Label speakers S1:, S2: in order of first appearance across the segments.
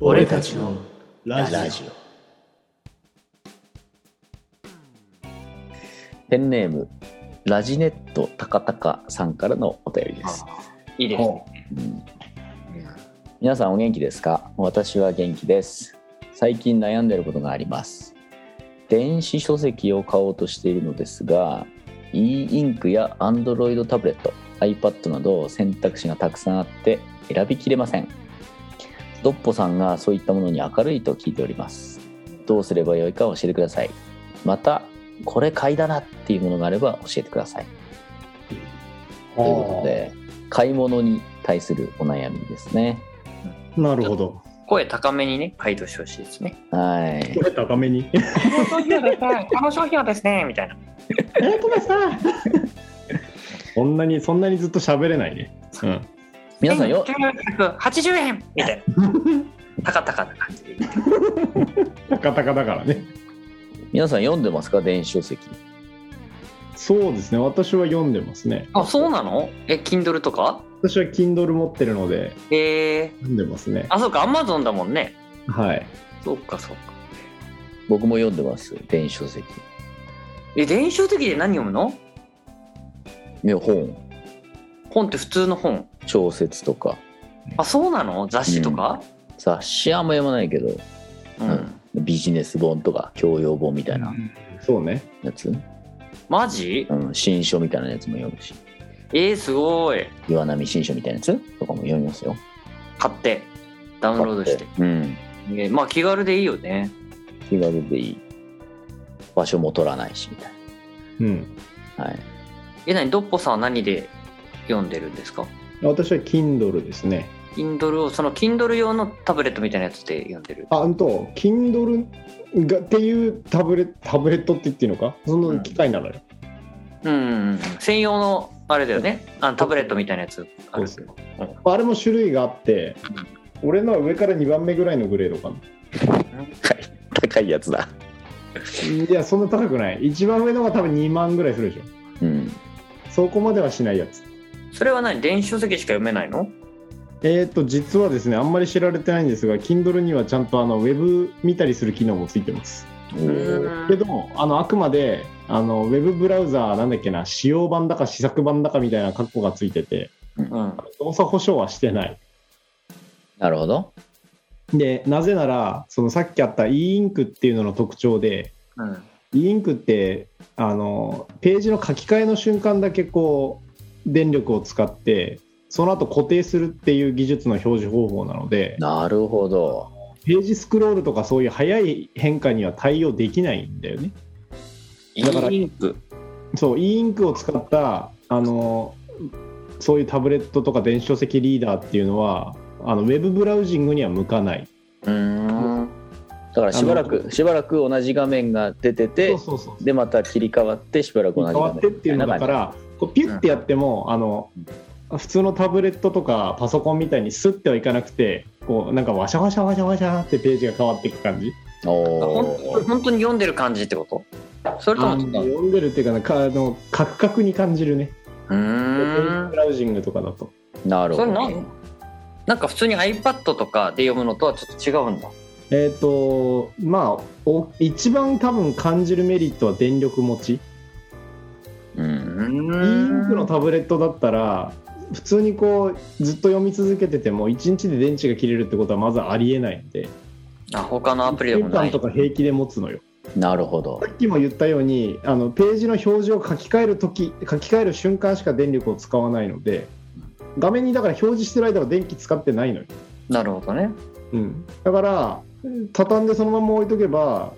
S1: 俺たちのラジオ
S2: ペンネームラジネットタカタカさんからのお便りです、
S3: いいですね。
S2: うん皆さんお元気ですか私は元気です最近悩んでることがあります電子書籍を買おうとしているのですが e インクや Android タブレット iPad など選択肢がたくさんあって選びきれませんドッポさんがそういったものに明るいと聞いておりますどうすればよいか教えてくださいまたこれ買いだなっていうものがあれば教えてくださいということで買い物に対するお悩みですね
S1: なるほど
S3: 声高めにね、回答してほしいですね。
S2: はい
S1: これ高め に
S3: この商品はですね、この商品はですね、みたいな。
S1: 本当ださそんなにそんなにずっと喋れないねうん
S2: 皆さんよ
S3: 1980円みたいな。高々な感じで言って。
S1: タカタカだからね
S2: 皆さん読んでますか電子書籍
S1: そうですね私は読んでますね
S3: あ、そうなのえ、Kindle とか
S1: 私は Kindle 持ってるので
S3: えー、
S1: 読んでますね
S3: あ、そうか、Amazon だもんね。
S1: はい
S3: そうか、そうか。
S2: 僕も読んでます電子書籍
S3: え、電子書籍で何読むの
S2: いや本
S3: 本って普通の本。
S2: 小説とか
S3: あ、そうなの雑誌とか、
S2: 雑誌はあんま読まないけど
S3: うん、
S2: んビジネス本とか教養本みたいな
S1: そうね
S2: やつ、
S3: マジ
S2: うん、新書みたいなやつも読むし
S3: えー、すごい。
S2: 岩波新書みたいなやつとかも読みますよ
S3: 買って、ダウンロードして。
S2: うん
S3: えーまあ、気軽でいいよね。
S2: 気軽でいい場所も取らないしみたい
S1: うん
S2: なはい
S3: え、なに、ドッポさんは何で読んでるんですか
S1: 私は Kindle ですね
S3: Kindle をその Kindle 用のタブレットみたいなやつで読んでる
S1: あうんと Kindle がっていうタブレタブレットって言っていいのかその機械なのよ、
S3: うんうんうん専用のあれだよねあのタブレットみたいなやつある
S1: そうそう
S3: うん
S1: あれも種類があって俺のは上から2番目ぐらいのグレードかな
S2: 高いやつだ
S1: いやそんな高くない一番上のが多分2万ぐらいするでしょ
S2: うん
S1: そこまではしないやつ
S3: それは何電子書籍しか読めないの
S1: えー、と実はですねあんまり知られてないんですが Kindle にはちゃんとあのウェブ見たりする機能もついてます
S2: お
S3: う
S2: ー
S3: ーん
S1: けどあのあくまであのウェブブラウザーなんだっけな使用版だか試作版だかみたいな括弧がついてて
S3: うん
S1: 動作保証はしてない
S2: なるほど
S1: でなぜならそのさっきあった e インクっていうのの特徴で
S3: うん、
S1: e インクってあのページの書き換えの瞬間だけこう電力を使ってその後固定するっていう技術の表示方法なので
S2: なるほど
S1: ページスクロールとかそういう速い変化には対応できないんだよねだから
S3: e インク
S1: そう e インクを使ったあのそういうタブレットとか電子書籍リーダーっていうのはあのウェブブラウジングには向かないう
S3: ーん
S2: だからしばら
S1: あ
S2: くしばらく同じ画面が出てて
S1: そうそうそう
S2: でまた切り替わってしばらく
S1: 変
S2: 同じ
S1: わ
S2: 画
S1: ってっ
S2: 面
S1: ていうのだからこうピュッてやってもあの普通のタブレットとかパソコンみたいにスッてはいかなくてこうなんかワシャワシャワシャワシャってページが変わっていく感じ
S2: お
S3: ほ
S2: お
S3: ん本当に読んでる感じってことそれと
S1: あ
S3: も
S1: の
S3: 違う
S1: 読んでるっていうかなかあのカクカクに感じるね
S3: うーん
S1: ブラウジングとかだと
S2: なる
S3: そ
S2: ほ
S3: れ
S2: ど
S3: 何なんか普通に iPad とかで読むのとはちょっと違うんだ
S1: えっ、とまあお一番多分感じるメリットは電力持ち、
S2: う
S3: うん
S1: インクのタブレットだったら普通にこうずっと読み続けてても1日で電池が切れるってことはまずありえないんで
S3: あ他のアプリでも
S1: 1
S3: な
S1: 間
S3: い
S1: とか平気で持つのよ
S2: なるほど
S1: さっきも言ったようにあのページの表示を書き換える時書き換える瞬間しか電力を使わないので画面にだから表示してる間は電気使ってないのよ
S3: なるほどね
S1: うん、だから畳んでそのまま置いとけば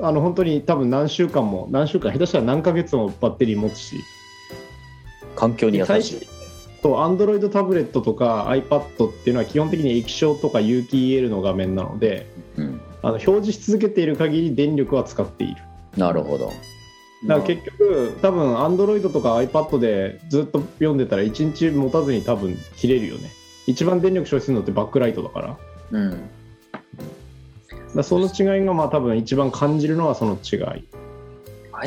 S1: あの本当に多分何週間も何週間下手したら何ヶ月もバッテリー持つし
S2: 環境に優
S1: 最
S2: し
S1: 初
S2: い
S1: と Android タブレットとか iPad っていうのは基本的に液晶とか有機 EL の画面なので
S2: うん
S1: あの表示し続けている限り電力は使っている
S2: なるほど
S1: だから結局多分 Android とか iPad でずっと読んでたら1日持たずに多分切れるよね一番電力消費するのってバックライトだから
S3: うん
S1: だからその違いがまあ多分一番感じるのはその違い
S3: はい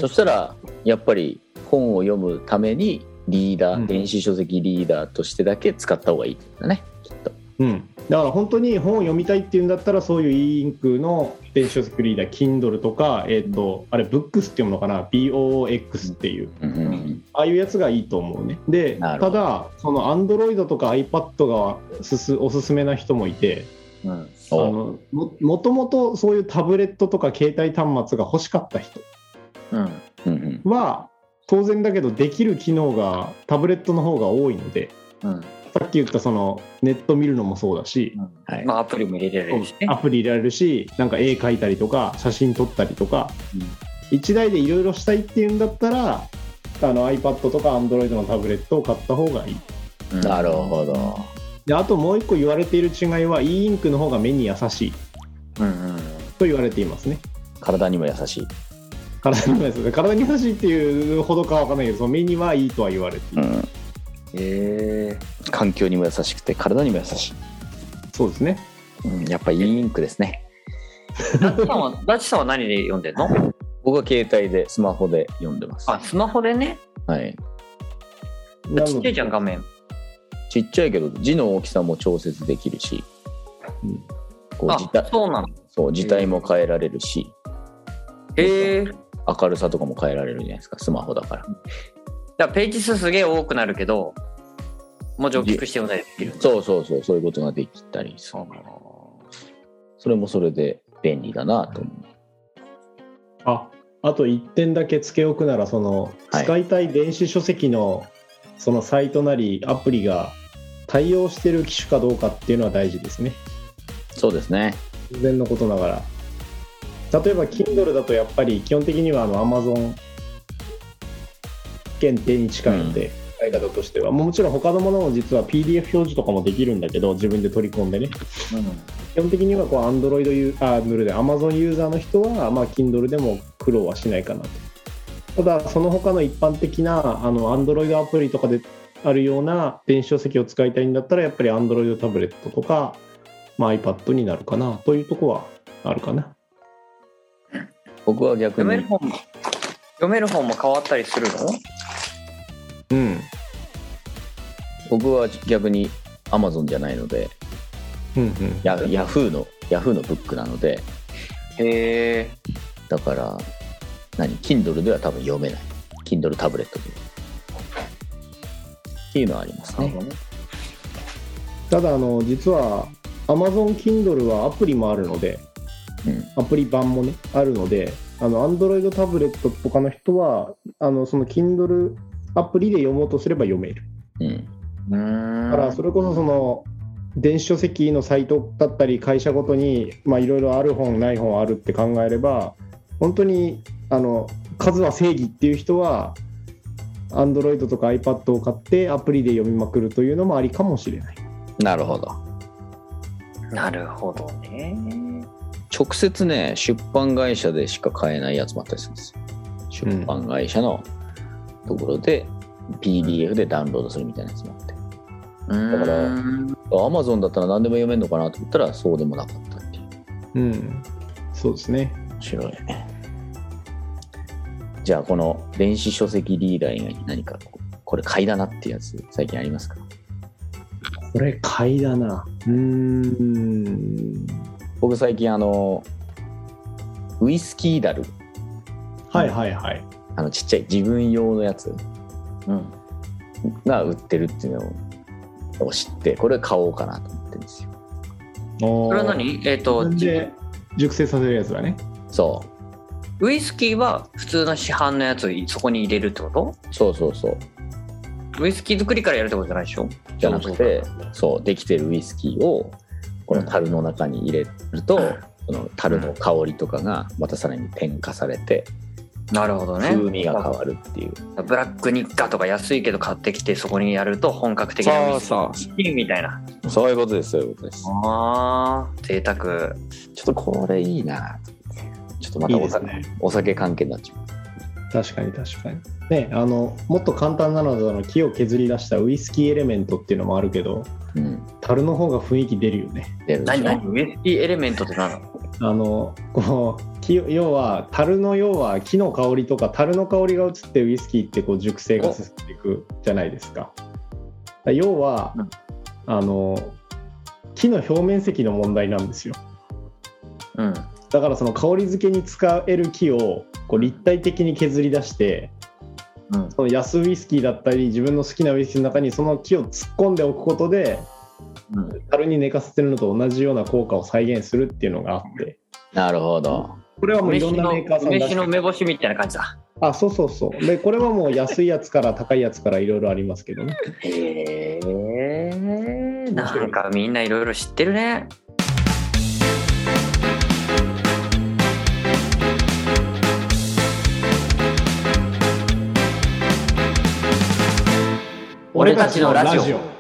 S2: そしたらやっぱり本を読むためにリーダ
S1: う
S2: ー
S1: ん
S2: 電子書籍リーダーとしてだけ使った方がいいってことだねきっと
S1: うん、だから本当に本を読みたいっていうんだったらそういう e インクの電子書籍リーダー Kindle とか、えっとあれ Books って読むのかな BOOX っていう
S2: うんうん
S1: ああいうやつがいいと思うねでた
S2: なるほど
S1: だその Android とか iPad がすすおすすめな人もいて
S3: うん
S1: あ
S2: お
S1: のももともとそういうタブレットとか携帯端末が欲しかった人
S3: うん
S2: うんうん
S1: は当然だけどできる機能がタブレットの方が多いので
S3: うん
S1: さっき言ったそのネット見るのもそうだし、
S2: はい
S3: まあアプリも入れられるしね
S1: アプリ入れられるしなんか絵描いたりとか写真撮ったりとか、一台でいろいろしたいっていうんだったらあの iPad とか Android のタブレットを買った方がいい
S2: なるほど
S1: であともう一個言われている違いは e インクの方が目に優しい
S3: うんうん
S1: と言われていますね
S2: 体にも優しい、
S1: 体に優しい体に優しいっていうほどかは分かんないけどその目にはいいとは言われている、
S2: ん、
S3: え
S2: 環境にも優しくて体にも優し
S1: そうですね
S2: い、うん、やっぱいいインクですね
S3: えダチさん はダチさんは何で読んでんの
S2: 僕は携帯でスマホで読んでます
S3: あスマホでね
S2: はい
S1: な
S3: ち
S1: の
S3: っちゃ
S1: で
S3: いじゃん画面
S2: ちっちゃいけど字の大きさも調節できるし、
S1: うん
S2: こう
S3: あ
S2: 字体
S3: そうなの
S2: そう字体も変えられるし
S3: へえ
S2: 明るさとかも変えられるじゃないですかスマホだから
S3: だからページ数すげえ多くなるけど文字を大きくして読んだりできる
S2: そうそうそうそういうことができたりするそれもそれで便利だなと思
S1: ああと1点だけ付け置くならその、
S2: はい
S1: 使いたい電子書籍のそのサイトなりアプリが対応してる機種かどうかっていうのは大事ですね
S2: うそうですね
S1: 当然のことながら例えば Kindle だとやっぱり基本的にはあの Amazon 限定に近いので、使い方としてはもちろん他のものも実は PDF 表示とかもできるんだけど自分で取り込んでね基本的にはこう Android ユーあ Android で Amazon ユーザーの人は、まあ、Kindle でも苦労はしないかなと。ただ、その他の一般的なあの Android アプリとかであるような電子書籍を使いたいんだったら、やっぱり Android タブレットとか、まあ、iPad になるかなというとこはあるかな。
S2: 僕は逆
S3: 読める
S2: に
S3: 本も読める本も変わったりするの
S1: うん。
S2: 僕は逆に Amazon じゃないので
S1: うんうん、
S2: ヤヤフーのヤフーのブックなので
S3: へえ
S2: だから何 Kindle では多分読めない Kindle タブレットでっていうのはありますね
S1: ただあの、実は Amazon Kindle はアプリもあるので、
S2: うん
S1: アプリ版もねあるのであの Android タブレットとかの人はあのその Kindle アプリで読もうとすれば読める
S2: うん
S3: うーん
S1: だからそれこそその電子書籍のサイトだったり会社ごとにまあいろいろある本ない本あるって考えれば本当にあの数は正義っていう人は Android とか iPad を買ってアプリで読みまくるというのもありかもしれない
S2: なるほど
S3: なるほどね
S2: 直接ね出版会社でしか買えないやつもあったりするんですよ出版会社のところで PDF でダウンロードするみたいなやつもあって
S3: だ
S2: からアマゾンだったら何でも読めるのかなと思ったらそうでもなかったっていう
S1: うんそうですね
S2: 面白いねじゃあこの電子書籍リーダー以外に何かこうこれ買いだなっていうやつ最近ありますか
S1: これ買いだなうーん
S2: 僕最近あのウイスキーダル
S1: はいはいはい
S2: あのちっちゃい自分用のやつ
S3: うん
S2: が売ってるっていうのを知ってこれ買おうかなと思ってるんですよ
S1: そ
S3: それは何えっ、と
S1: 自分で熟成させるやつだね
S2: そ
S3: ウイスキーは普通の市販のやつをそこに入れるってこ
S2: うそうそうそう
S3: とウイスキー作りからやるってことじゃないでしょ
S2: じゃなくてそうできてるウイスキーをこの樽の中に入れると、その樽の香りとかがまたさらに添加されて
S3: なるほどね
S2: 風味が変わるっていう
S3: ブラックニッカとか安いけど買ってきてそこにやると本格的なウイス
S2: そ
S3: キーみたいな
S2: うそういうことですそういうことです
S3: あー贅沢
S2: ちょっとこれいいなと思ってちょっとまた
S1: いい
S2: お
S1: です
S2: 酒
S1: ね
S2: お酒関係になっちゃう
S1: 確かに確かにねあのもっと簡単なのだの木を削り出したウイスキーエレメントっていうのもあるけど
S2: うん
S1: 樽の方が雰囲気出るよね
S2: 出るでし
S3: 何
S2: ょ
S3: 何ウイスキーエレメントって何なの
S1: あのこう木を要は樽の要は木の香りとか樽の香りが移ってウイスキーってこう熟成が進んでいくじゃないですかだ要は、
S3: うん
S1: あの木の表面積の問題なんですよ
S3: うん
S1: だからその香り付けに使える木をこう立体的に削り出して
S3: うん
S1: その安ウイスキーだったり自分の好きなウイスキーの中にその木を突っ込んでおくことで
S3: うん
S1: 樽に寝かせてるのと同じような効果を再現するっていうのがあって
S2: なるほど。
S1: これはもういろん
S3: 梅酒
S1: な
S3: の
S1: メーカーさん
S3: 梅
S1: 出し
S3: 酒
S1: て
S3: の梅干しみたいな感じだ
S1: あそうそうそうでこれはもう安いやつから高いやつからいろいろありますけどね
S3: へえなんかみんないろいろ知ってるね俺たちのラジオ